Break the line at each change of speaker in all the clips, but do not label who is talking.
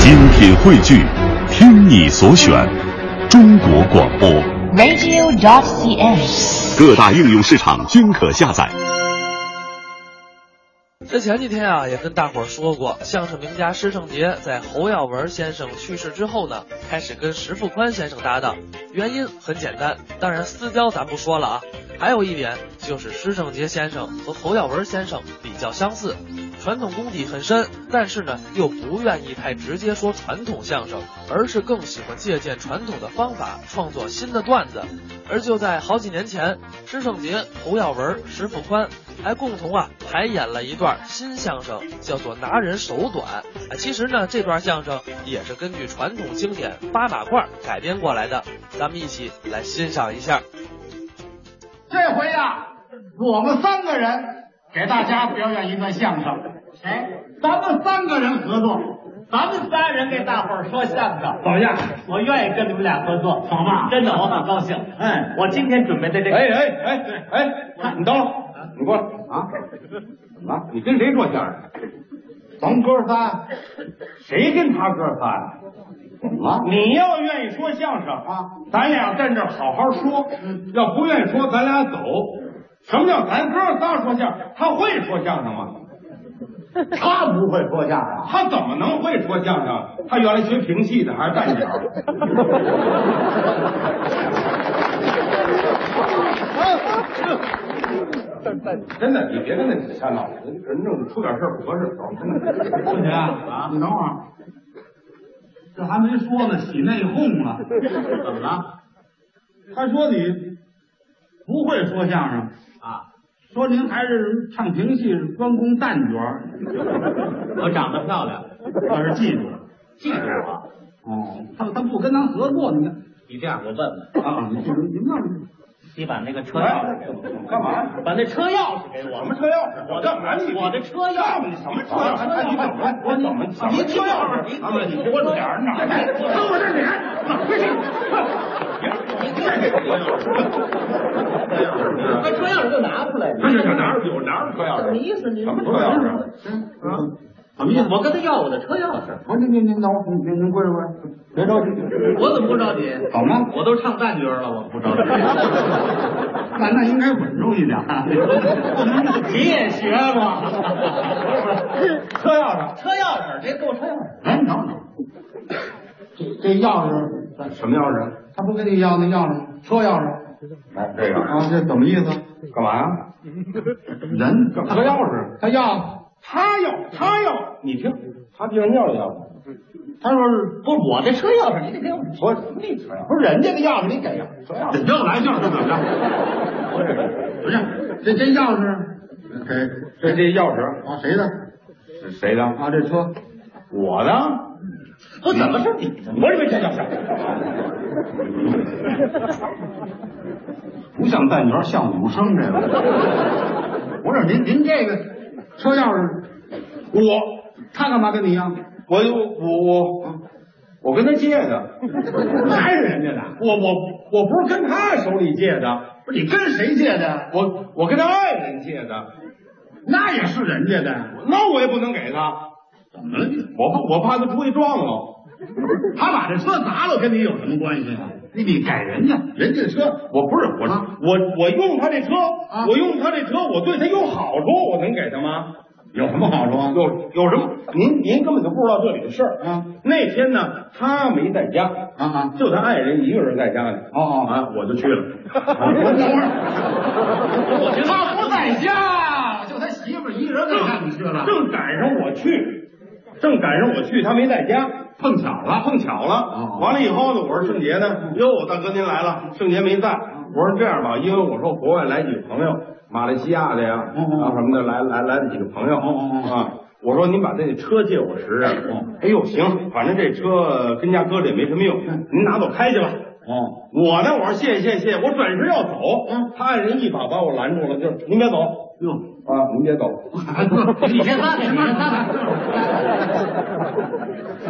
精品汇聚，听你所选，中国广播。
radio.cn。
各大应用市场均可下载。
这前几天啊，也跟大伙儿说过，相声名家师承杰在侯耀文先生去世之后呢，开始跟石富宽先生搭档。原因很简单，当然私交咱不说了啊。还有一点就是施正杰先生和侯耀文先生比较相似，传统功底很深，但是呢又不愿意太直接说传统相声，而是更喜欢借鉴传统的方法创作新的段子。而就在好几年前，施正杰、侯耀文、石富宽还共同啊排演了一段新相声，叫做《拿人手短》。啊，其实呢这段相声也是根据传统经典《八马褂》改编过来的，咱们一起来欣赏一下。
这回呀、
啊
我们三个人给大家表演一段相声。哎，咱们三个人合作，
咱们仨人给大伙儿说相声，
怎么样？
我愿意跟你们俩合作，
好吗
真的，我很高兴。
嗯，
我今天准备的这个，
哎哎哎哎哎，你等会儿，你过来啊！怎么了？你跟谁说相声？
咱哥仨，
谁跟他哥仨呀？怎么了？
你要愿意说相声啊，咱俩站这儿好好说。
要不愿意说，咱俩走。什么叫咱哥仨说相声？他会说相声吗？
他不会说相声，
他怎么能会说相声？他原来学评戏的，还是旦角儿。真的，你别跟他瞎闹，人人弄出点事儿不合适，走真的。
不行啊！你等会儿，这还没说呢，起内讧了， 怎么了？他说你不会说相声啊，说您还是唱评戏专攻旦角儿，
我长得漂 亮，
倒是记住了。
记住我。
哦，他他不跟咱合作，你看
你这样，我问问，
啊，你你们
你把那个车钥匙给我，
干嘛？
把那车钥匙给我。
什么车钥匙？
我的
干嘛你？
我的车钥匙
你什么车钥匙？你怎么？我怎么？什么车钥匙？你你我脸儿呢？
看我这脸，
把车钥匙给我拿出来。
不是，哪有有哪有车钥匙？
什么意思？你
什么车钥匙？
什么意思？我跟他要我的车钥匙，
不是您您等会儿，您您您跪着跪着，别着急，
我怎么不着急？
怎么了？
我都唱旦角了，我不 着急。
那那应该稳重一点啊，不能
你也学 过？
车钥匙？
车钥匙，别给我车钥匙。
哎，你等会儿，这这钥匙，
什么钥匙？
他不跟你要那钥匙，车钥匙
哎，这
啊
个，
这怎么意思？
干嘛呀？
人
干嘛车钥匙？
他要，
他要，他要，你听，他竟然要钥匙？
他说是
不，我的车钥匙你得给我。
我什么你车钥匙？
不是人家的钥匙，你给呀？
要来就是怎么着？
不是，这这钥匙给
这这钥匙
啊谁的
是谁的？
啊？这车
我的。嗯
不，怎么是你的？
我认为这叫相声，不像旦角，像武生这个。
不是您您这个车钥匙，
我
他干嘛跟你要？
我我我啊我跟他借 的，
还是人家的？
我我我不是跟他手里借的，
不是你跟谁借的？
我我跟他爱人借的，
那也是人家的，
那我也不能给他，
怎么了你？
我怕我怕他出去撞了，
他把这车砸了，跟你有什么关系啊？你你给人家，
人家车我不是我
啊
我我用他这车
啊，
我用他这车，我对他有好处，我能给他吗？
有什么好处啊？
有有什么？您您根本就不知道这里的事儿
啊！
那天呢，他没在家
啊啊
就他爱人一个人在家呢。
哦哦
啊，我就去 了。
他不在家，就他媳妇儿一人给看去了。
正赶上我去，正赶上我去，他没在家，碰巧了，碰巧了
哦。
完了以后呢，我说圣杰呢？哟，大哥您来了，圣杰没在。我说这样吧，因为我说国外来几个朋友，马来西亚的呀，
嗯嗯
然后什么的，来来来了几个朋友
嗯嗯
啊。我说您把这车借我使使。哎呦，行，反正这车跟家搁着也没什么用，您拿走开去吧。
哦，
我嗯呢，我说谢谢谢谢，我转身要走，他爱人一把把我拦住了，就是您别走，
哟，
啊，你也走，
你先拉开，你先拉开。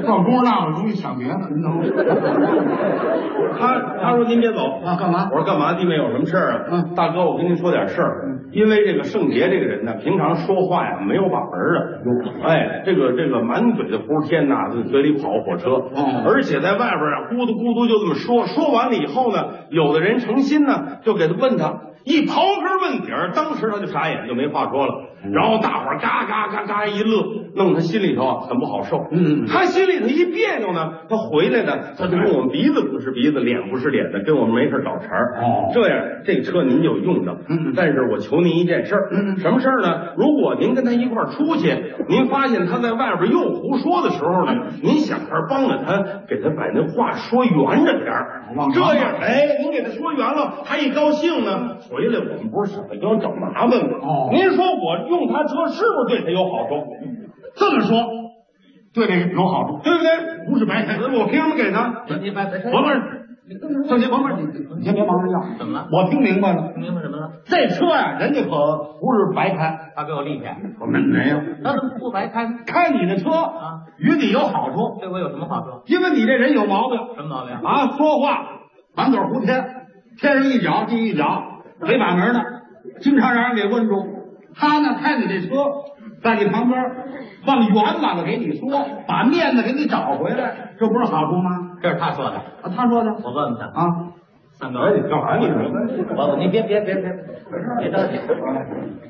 到工夫大，我容易想别的，您等会儿。
他他说您别走
嗯啊干嘛
我说干嘛？弟妹有什么事儿啊？
嗯
大哥，我跟您说点事儿。因为这个圣杰这个人呢，平常说话呀没有把门儿的，哎，这个这个满嘴的胡天呐，就嘴里跑火车，
哦
而且在外边啊咕嘟咕嘟就这么说，说完了以后呢，有的人诚心呢就给他问他。一刨根问底儿，当时他就傻眼，就没话说了。
嗯
然后大伙儿嘎嘎嘎嘎一乐，弄他心里头啊很不好受。
嗯嗯嗯
他心里头一别扭呢，他回来呢，他就跟我们鼻子不是鼻子，脸不是脸的，跟我们没事找茬儿。
哦
这样这车您就用着。
嗯嗯嗯
但是我求您一件事儿，什么事儿呢？如果您跟他一块儿出去，您发现他在外边又胡说的时候呢，
嗯
您想法儿帮着他，给他把那话说圆着点儿
往。
这
长
样，哎，您给他说圆了，他一高兴呢，回来我们不是想给他找麻烦吗？
哦
您说我用他车是不是对他有好处？
这么说，对这个有好处，
对不对？
不是白开。
我凭什么给他？
你把把车
甭儿，圣杰甭儿，你你先别忙着要。
怎么了？
我听明白了，
明白什么了？
这车呀、人家可不是白开。
他给我立开，
我们没有
他怎么不白开呢？
开你的车
啊，
与你有好处，
对我有什么话说？
因为你这人有毛病
什么毛病？
啊，说话满嘴胡天，天上一脚地一脚，没把门呢，经常让人给问住。他呢，开你这车，在你旁边往圆满的给你说，把面子给你找回来，这不是好处吗？
这是他说的，
啊，他说的
我问问他。
啊，
三哥，
哎，你干嘛你
我我你别别别别，别着急。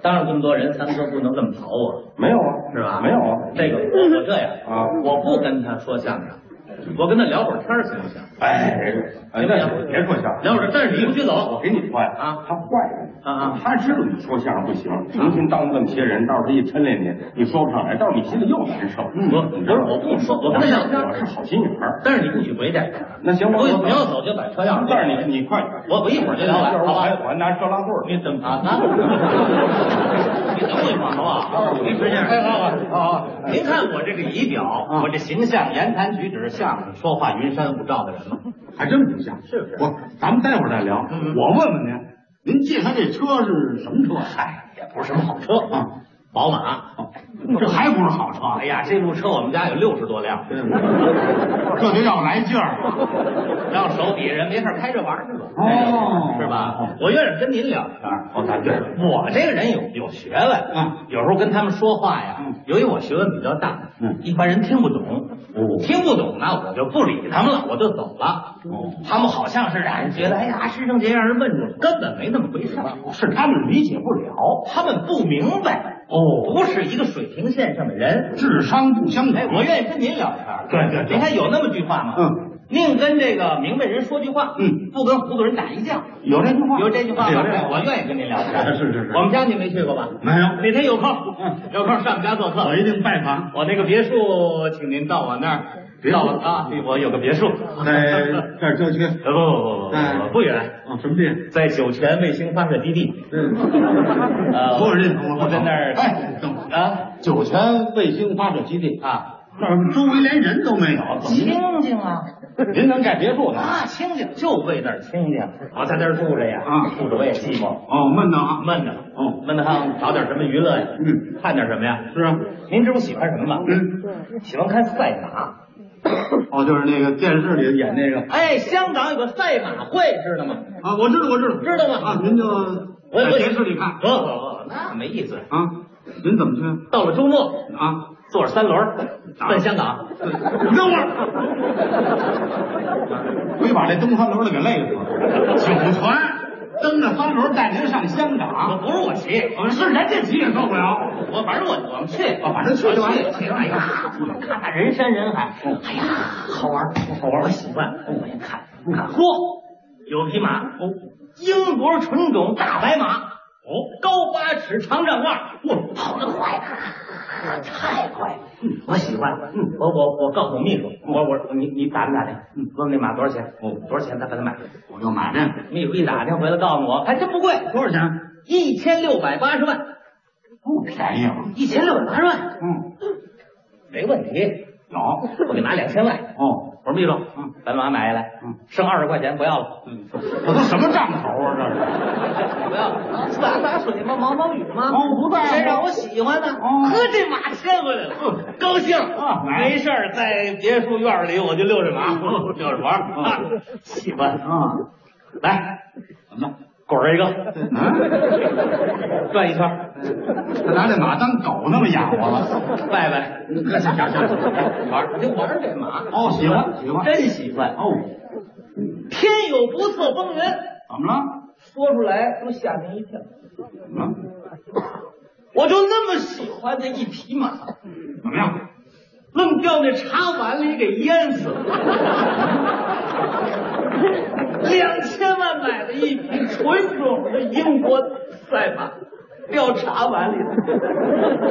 当着这么多人，三哥不能这么跑我，
没有啊，
是吧？
没有啊。
这个我我这样
啊
我不跟他说相声，我跟他聊会儿天儿行不行？
哎，哎，那你别说相声，
聊会儿，但是你不许
我
走
给你说呀，
啊
他坏人
啊啊
他知道你说相声不行，成天当着这么些人，到时候他一抻练你，你说不上来，到时候你心里又难受。
嗯不
你知道吗
我不说我跟他聊天
我是好心眼儿。
但是你不许回去。
那行，我
所以
我
你要走就把车钥匙给我。
但是你你快点，
我我一会儿就聊完
一会儿
好
我
吧
还我还拿车拉棍儿。
你怎么啊？ 那你等我一会儿好不
啊
好？你是这样，哎，好好好，您看我这个仪表，我这形象、言谈举止像说话云山雾罩的人吗？
还真不像，
是不是
我咱们待会儿再聊。
嗯
我问问您，您借他这车是什么车？
哎，也不是什么好车
啊，
宝马。
这还不是好车？啊嗯
哎呀，这路车我们家有六十多辆，
这就要来劲儿了。
让手底下人没事开着玩儿去吧，
哦
是吧？我愿意跟您聊天儿。
哦，咱对了，
我这个人有有学问，
啊
有时候跟他们说话呀，
嗯
由于我学问比较大，
嗯
一般人听不懂，
哦
听不懂呢，我就不理他们了，我就走了。
哦
他们好像是让人觉得，哎呀，师生节让人问住了，根本没那么回事儿，
是他们理解不了，
他们不明白，
哦，
不是一个水平线上的人。
智商不相
哎，
等。
我愿意跟您聊天儿。
对对对
您看有那么句话吗？
嗯，
宁跟这个明白人说句话，
嗯，
不跟糊涂人打一架。
有这句话，
有这句话
有
吗
这句？话
我愿意跟您聊天 儿。
是是是
我们家您没去过吧？
没有？
哪天有空，
嗯
有空上我们家做客
我。一定拜访。
我那个别墅，请您到我那儿，
别墅
到我啊，我有个别墅，
哎
在
呃
这儿郊区，
不不不不不
嗯
不远，
啊，什么地？
在酒泉卫星发射基地。
嗯
呃，
多少认同了？
我在那儿
哎，等会儿
啊
酒泉卫星发射基地，
啊，
那儿周围连人都没有，怎么
清静啊
您能盖别墅呢？
啊，清静就为那儿清静，我在那儿住着呀，
啊
住着我也寂寞，
哦，闷的啊，
闷的，
哦
闷的慌，找点什么娱乐呀？
嗯，
看点什么呀？
是啊，
您知不喜欢什么吗？
嗯，
喜欢看赛马。
哦，就是那个电视里演那个
哎，香港有个赛马会，知道吗？
啊，我知道，我知道，
知道吗
啊，您就
我
在
我
电视里看
不不不，那没意思。
啊，您怎么去
到了周末，
啊？
坐着三轮儿奔香港。
你等会儿，非把这蹬三轮的给累死了。九泉蹬着三轮带您上香
我
港，
不是我骑，
我是人家急也受不了。
我反正我我们去，
啊反正去就完了
我去哎呀，看看人山人海，哎呀，好玩儿好玩儿，我喜欢，我也看看。嚯，有匹马哦，英国纯种大白马哦，高八尺，长丈二，哇，跑得快啊，太快了，嗯我喜欢。我我我告诉我秘书，我我你你打听打听，问问那马多少钱？哦，多少钱咱把它买？
我就买这个，
秘书一打听回来告诉我，还真不贵，
多少钱？
一千六百八十万，
不便宜啊。
一千六百八十万。
嗯，
没问题，
有
我给拿两千来。
哦，
我说秘书
嗯，
咱把马买下来
嗯，
剩二十块钱不要了，
嗯这都什么账头啊？这是
不要 了，咱拿水吗？毛毛雨吗？
哦不在乎
谁让我喜欢呢？
哦
呵，这马牵回来了，高兴
啊。来嗯
没事儿，在别墅院里我就遛着马，遛着玩儿啊，喜欢。
啊？
来，
怎么了？
滚儿一个，啊
嗯，
转一圈儿，
他拿这马当狗那么啊嗯养活了？
拜拜。
这行行行
玩儿，就玩儿这马。
哦喜欢喜欢
真喜欢。
哦，
天有不测风云，
怎么了？
说出来都吓您一跳。
怎么了？
我就那么喜欢那一匹马，
怎么样？
愣掉那茶碗里给淹死了。两千万买的一匹纯种的英国赛马，掉茶碗里了，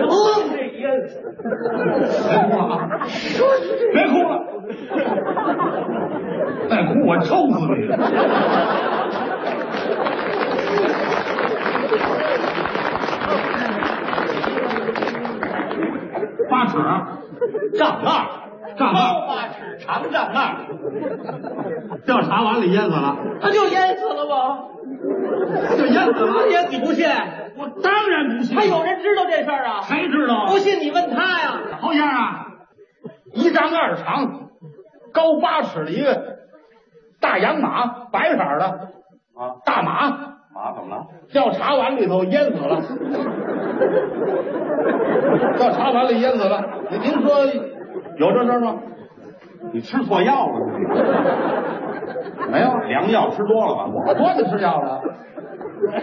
愣给淹死了。
别哭了啊！别哭了，再哭我抽死你！八尺，
丈二，
丈二
高八尺，长丈二，
掉茶碗里淹死了，
那就淹死了吗？
就淹死了。
淹你不信？
我当然不信，
还有人知道这事儿啊？
谁知道啊？
不信你问他呀。
好样啊！
一丈二长，高八尺的一个大洋马，白色儿的啊，大马
啊，怎么了？
掉茶碗里头淹死了，掉茶碗里淹死了。您您说有这事儿吗？
你吃错药了？
没有，良药吃多了吧？我多的吃药
啊
了。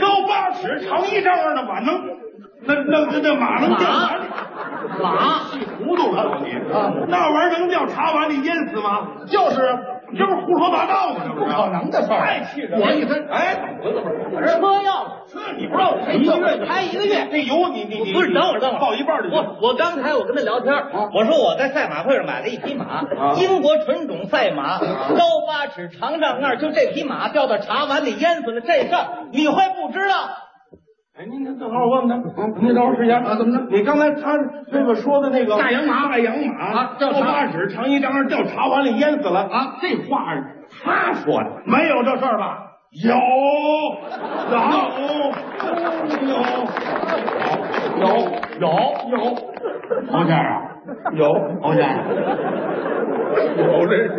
高八尺，长一丈二的马能，那那那那马能掉碗里
马
糊涂了你啊！那玩意儿能掉茶碗里淹死吗？就是，这不是胡说八道吗？这不
啊
可能的事儿，太气人了！我你这哎，怎么回事？
车要了，
这你不知道谁
一
一
个
个
月
月
开一个月
这油你你你
不是等会儿等会儿
报一半儿就行。啊
我我刚才我跟他聊天儿，我说我在赛马会上买了一匹马，英国纯种赛马，
啊
高八尺，长丈二，就这匹马掉到茶碗里淹死了这事儿，你会不知道？
哎，您您等会儿我问问他，您等会儿时间啊，怎么着？你刚才他那个说的那个
大洋马
大洋马
啊
掉
掉茶
八尺，长一丈二，掉茶碗里淹死了
啊，这话
他说的，没有这事儿吧？有，有，有，有，有，有。
侯先生啊，
有
侯先生，
有这是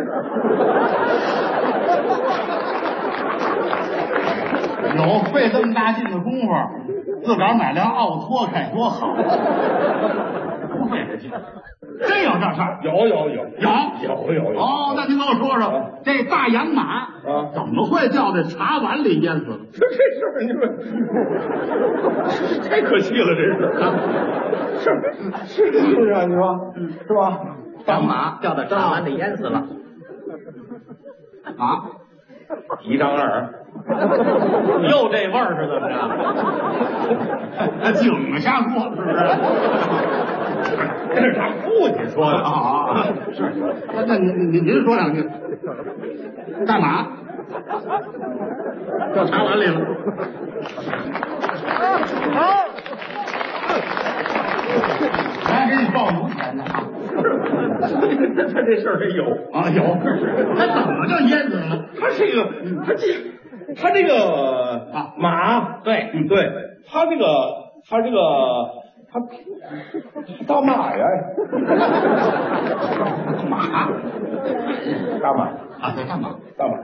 有费这么大劲的功夫，自个儿买辆奥拓开多好，不费这劲，真有这事儿。
有有有
有
有有啊有
哦，那您跟我说说，这大洋马
啊
怎么会掉在茶碗里淹死了？
这这事儿你说太可气了，这是是是是不是啊？你说是吧？
当马掉到茶碗里淹死了，
啊，
一丈二，
又这味儿是怎么着？
那井下过是不 是？
这是他父亲说的
啊啊 啊！是，那那您您您说两句，干嘛？掉茶碗里了。我还给你报油钱呢啊！
这这这事儿真有。
啊，有，他怎么就淹死了？
他这个，他这，他这个
啊
马，
对
嗯对，他这个，他这个，他大马呀，
马
大马，
啊，在干嘛？
大马，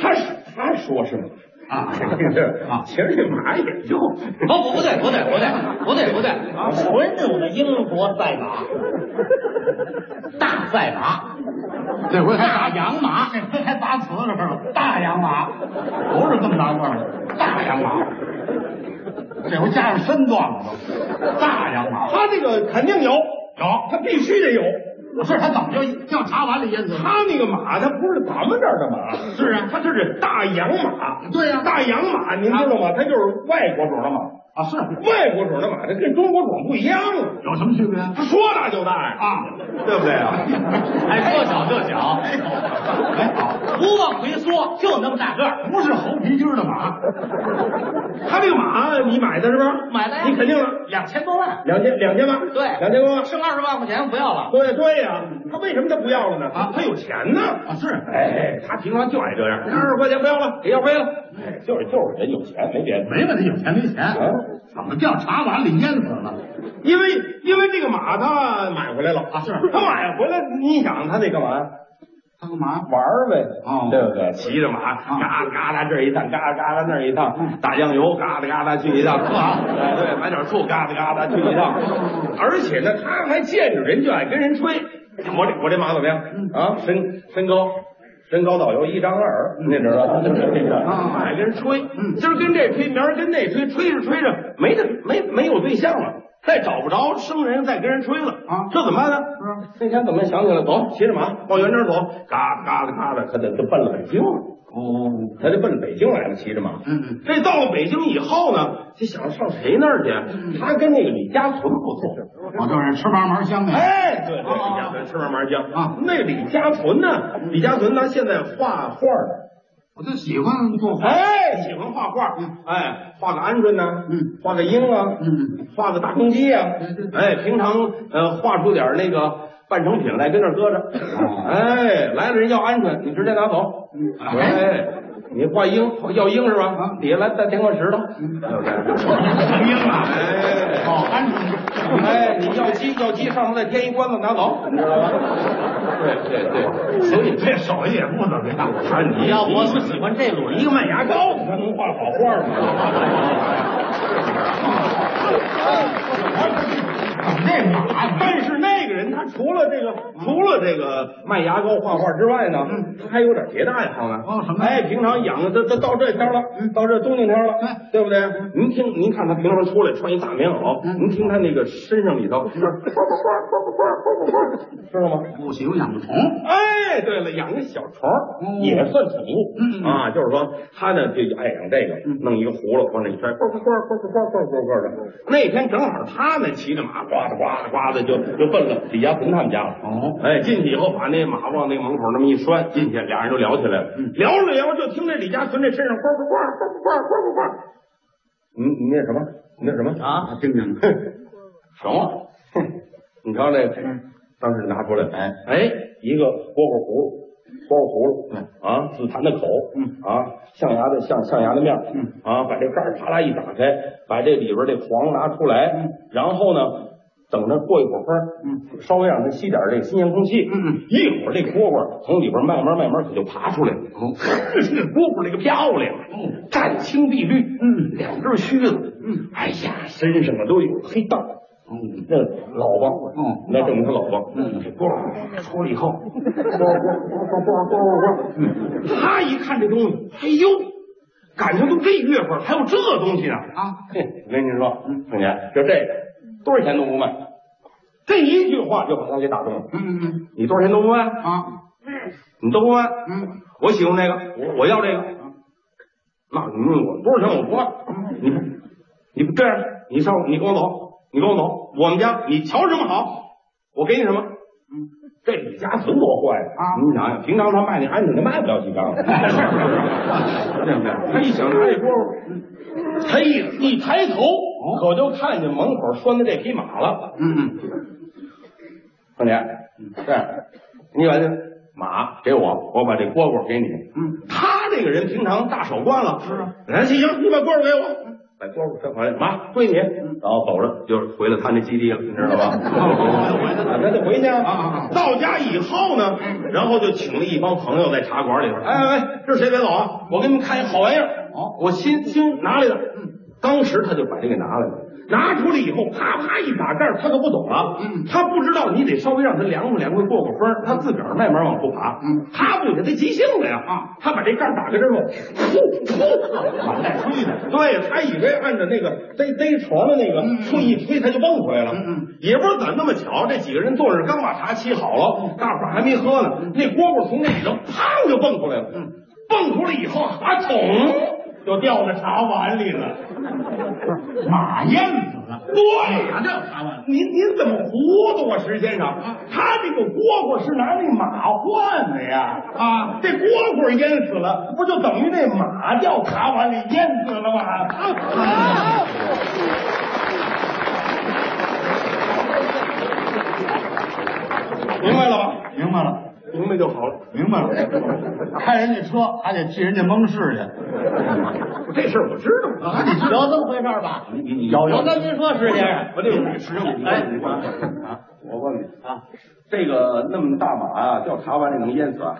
他是他说是吗？
嗯啊
啊
啊， 哦
其实这马也就
不不不对不对不对不对不对，纯种的英国赛马，大赛马，
这回还
大
打
洋马。
这回还砸瓷实了，大洋马，不是这么大个儿，大洋马，这回加上身段了都，大洋马，
他这个肯定有，有，他必须得有。
不是他怎么就掉茶碗里淹死了？
他那个马，他不是咱们这儿的马，是啊，他这是大洋马。
对呀
大洋马，您知道吗？它就是外国种的马，
啊，是
外国种的马，它跟中国种不一样啊，
有什么区别
它说大就大呀，
啊？
对不对啊？
哎，说小就小，
哎，好，
不往回缩，就那么大个儿。
不是猴皮筋儿的马，
它这个马你买的是不是？
买的呀
你肯定了，
两千多万，
两千两千吧？
对
两千多万。
剩二十万块钱不要了。
对对呀、他为什么他不要了呢？啊，他有钱呢。
啊是
哎，他平常就爱这样，二十块钱不要了，给要飞了。哎，就是就是人有钱，没别的。
没问他有钱没钱
啊，
怎么掉茶碗里淹死了？
因为因为这个马他买回来了
啊是
他买回来，你想他得干嘛呀？
他干嘛？
玩儿呗，
哦
对不对？啊骑着马，嘎哒嘎哒这儿一趟，嘎哒嘎哒那儿一趟，打酱油，嘎哒嘎哒去一 趟，啊，哎对，买点醋，嘎哒嘎哒去一 趟。而且呢，他还见着人就爱跟人吹，我这我这马怎么样啊？身身高。身高到有一丈二，你知 道吧？就是这个，
啊
爱跟人吹，今儿跟这吹，明儿跟那吹，吹着吹着没得没没有对象了，再找不着生人，再跟人吹了
啊
这怎么办呢？
嗯
那天怎么想起来，走，骑着马往园边走，嘎嘎的嘎的，可得就奔了北京了，
哦，
他就奔北京来了，骑着马。
嗯嗯，
这到了北京以后呢，就想上谁那儿去？他跟那个李家存不错。
我嗯就是吃嘛嘛香的。
哎，对对，
啊
李家存吃嘛嘛香
啊嗯
那李家存呢？李家存他现在画画呢，
我就喜欢做饭。
哎，喜欢画画，哎，画个鹌鹑呢，
嗯，
画个鹰啊，
嗯，
画个大公鸡啊
对对，
哎，平常呃画出点那个半成品来跟那儿搁着，
啊
哎，来了人要鹌鹑，你直接拿走，
嗯
哎，你画鹰要鹰是吧？
啊
底下来再填块石头，
嗯明
哎
哦，安全。
哎，你要鸡要鸡上头再添一关子拿走，你知道吗？对对对，所以这手艺也不怎么样，你
要不我不喜欢这轮
一个卖牙膏，他能画好画吗？
这马呀，
但是那个人他除了这个除了这个卖牙膏画画之外呢，他还有点别的爱好呢。
哦什么
哎，平常养的都都到这天了，到这冬天天了，对不对？您听，您看他平常出来穿一大棉袄，您听他那个身上里头，知道吗？
我喜欢养虫。
哎，对了，养个小虫儿、
嗯
也算宠物、
嗯嗯嗯
啊，就是说他呢就爱养这个，弄一个葫芦往那一摔，呱呱呱呱呱呱呱呱呱的。那天正好他呢骑着马，呱嗒呱嗒呱嗒就就奔了李家存他们家了。
哦
哎，进去以后把那马往那个门口那么一拴，进去俩人就聊起来了，
嗯
聊着聊着就听这李家存这身上呱呱呱呱呱呱呱呱，你你那什么？你那什么？
啊，
听见了？
什么？哼你瞧这，嗯当时拿出来，哎哎，一个蝈蝈葫芦，蝈蝈葫芦，啊，紫檀的口，嗯啊，象牙的象象牙的面，嗯啊，把这盖儿啪啦一打开，把这里边这黄拿出来，然后呢，等着过一会儿风，嗯，稍微让它吸点这个新鲜空气，嗯嗯，一会儿这蝈蝈从里边慢慢慢慢可就爬出来了，哦，这 蝈蝈这个漂亮，嗯，湛青碧绿，嗯，两根须子，嗯，哎呀，身上啊都有黑道。
嗯，
那老王，啊
嗯，
那证明他老王，嗯，咣出来以后，咣咣咣咣咣咣咣，他一看这东西，哎呦，感情都这月份还有这东西呢
啊！
嘿，我跟您说，凤姐，就这个多少钱都不卖，这一句话就把他给打动了。
嗯嗯
你多少钱都不卖，
啊，
你都不卖，
嗯，
我喜欢这个，我我要这个。那你问我多少钱我不卖，
嗯
你你不这样，你上你跟我走，你跟我走，我们家你瞧什么好，我给你什么。这李家存多坏
嗯啊
你想想，平常他卖那鹌鹑，他卖不了几 张，对不对？他一想
哎
拿这蝈蝈，他一一抬头，
哦
可就看见门口拴的这匹马了。
嗯嗯，
凤姐，这样，你把这马给我，我把这蝈蝈给你。
嗯，
他这个人平常大手惯了，是啊。哎，行行，你把蝈蝈给我，把蝈蝈给回来，马归你。然后走着就回了他那基地了，你知道 吧？那就回去
啊啊啊
到家以后呢，然后就请了一帮朋友在茶馆里边，哎哎哎，这是谁别走啊？我给你们看一好玩意儿，嗯
哦，
我新新拿来的。当时他就把这个拿来了，拿出来以后，啪啪一打盖儿，他可不懂了，
嗯
他不知道你得稍微让他凉快凉快过过风儿，他自个儿慢慢往出爬，
嗯，
他不给他急性子呀，啊，他把这盖儿打开之后，噗噗，往外吹的，对他以为按照那个逮逮虫的那个吹一吹，他就蹦出来了，
嗯嗯。
也不知道怎么那么巧，这几个人坐那儿刚把茶沏好
嗯
了，大伙儿还没喝
嗯
呢，那蝈蝈从那里头砰就蹦出来了，蹦出来以后啊，捅，就掉到茶碗里了。
不是马燕子了，
对呀、
马叫茶碗。
您您怎么糊涂啊，石先生？他这个蝈蝈是拿那马换的呀！啊，这蝈蝈淹死了，不就等于那马掉茶碗里淹死了吗？啊！ 明白了吧？
明白了，
明白就好了。
明白了。开人家车还得替人家蒙事去，
这事儿我知道。
啊，你 有这么回事儿吧？
你你你
有我跟您说，石先生，
我这个石头，你
哎
问你问
啊，我问你
啊，
这个那么大马啊，掉茶碗里能淹死啊？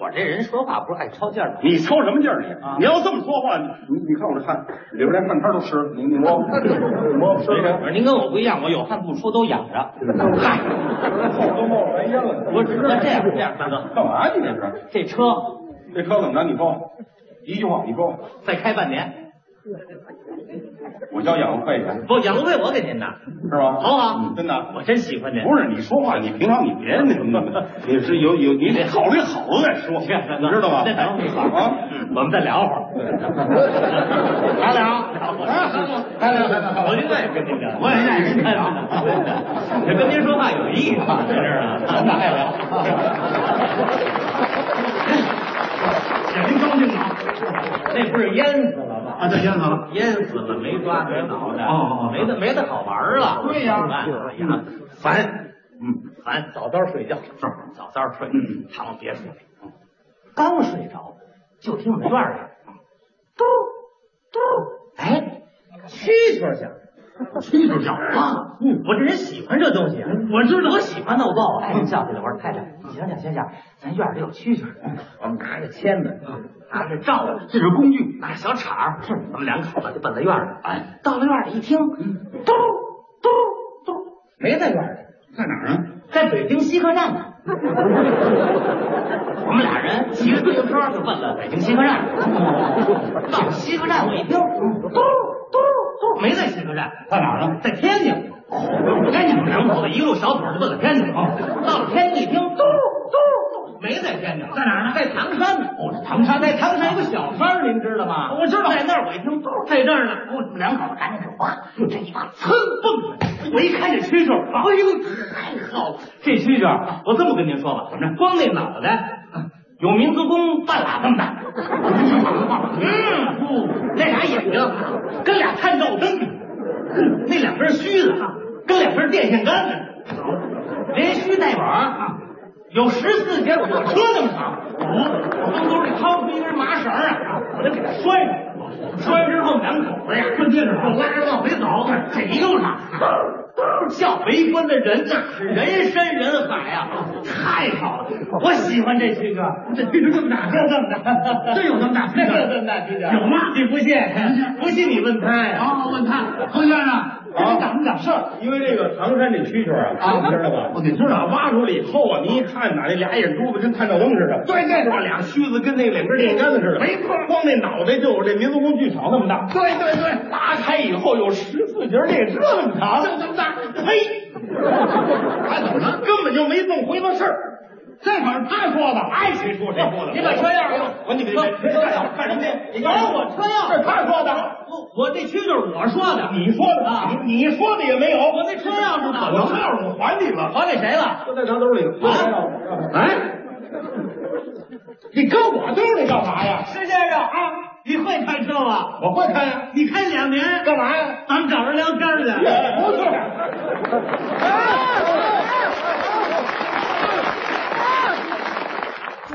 我这人说话不是爱抄劲儿吗？
你抽什么劲儿你？你要这么说话，你
你你看我这汗，啊里边连饭摊都湿了。你你 摸摸，摸
不
湿了，
是您跟我不一样，我有汗不出都养着。
后都冒白烟 了。
我只是这样这样，大哥，
干嘛你这是？
这车
这车怎么着？你说一句话，你说
再开半年，
我交养路费去，
不养路费我给您拿，
是吧？
好不啊好
嗯真的。
我真喜欢您。
不是你说话，你平常你别那什么，你是有有你得考虑好了再说，你知道吧？
再等会儿
啊，
我们再聊会儿，咱 聊，咱聊，咱聊，我另 外跟您聊，我也爱跟您聊，这跟您说话有意思，在这儿呢， 咱再聊。让您高兴吗？那不是淹死了吗？
啊，这淹死了。
淹死了，没抓着脑袋，
哦哦
没得没得好玩了。
对呀
哎呀，烦，嗯，烦，早早睡觉，是早早睡，
嗯
他们别睡，嗯刚睡着就听我们院儿里嗯嘟嘟，哎，蛐蛐儿响。蛐蛐叫啊！嗯，我这人喜欢这东西，我知道，我喜欢闹爆。哎，叫起来，我说太太，你醒醒醒醒，咱院儿里有蛐蛐儿，我们拿着签子，拿着罩子，这是工具，拿着小铲儿，我们两口子就奔到院儿里。嗯哎，嗯到了院儿里一听，嘟嘟嘟，没在院儿里，
在哪儿啊？
在北京西客站呢。我们俩人骑着自行车就奔了北京西客站。到西客站，我一听，嘟嘟嘟，没在西客站，
在哪儿呢？
在天津。哎，你们两口子一路小腿儿就奔了天津。到了天津一听，嘟嘟嘟，没在天津，在哪儿呢？在唐山呢。哦，唐山，在唐山有个小山儿，您知道吗？我知道，在那儿我一听，嘟，在这儿呢。我们两口子赶紧走啊，这一把噌蹦来，我一看这蛐蛐儿，哎呦，太好了！这蛐蛐儿，我这么跟您说吧，怎么着？光那脑袋。啊有民族工半拉这么大，嗯，那俩眼睛跟俩探照灯似的，那两根须子跟两根电线杆子，连须带网啊，有十四节火车那么长。哦我从兜里掏出一根麻绳啊，我就给它拴上。拴之后，两口子呀，就接着就拉着往回走，这一路上叫围观的人呐，是人山人海啊呀、太好了！我喜欢这蛐蛐，这蛐蛐这么大，就这么 大，
真有这么大蛐蛐
有这么大蛐蛐，有吗？你不信？不信你问他呀。
好好问他，侯先生，
啊
你长不长事儿？
因为这个唐山这蛐蛐儿啊，你知道吧？
我得知道
挖出来以后啊，你一看呐，那俩眼珠子跟探照灯似的，对对对，俩须子跟那两根电杆子似的，没错，光那脑袋就有这民族工剧场那么大，对对对，拉开以后有十四节列车那么长，这么大，嘿，还怎么了？根本就没弄回头事儿。这可是他说的，爱谁说谁说的。
你把车钥匙给我
我你别
车
别
车钥匙
看什么呀？你
给我车钥匙
这是他说的。
我我这蛐蛐儿我说的，
你说的
啊
你你说的也没有。我
那车钥匙呢
我车钥匙我还你了，
还给谁 了？
都在他兜里了。哎，你搁我兜里干嘛呀？
石先生啊，你会开车吗？
我会开呀。
你开两年，
干嘛呀？哎
咱们找人聊天去。
不是，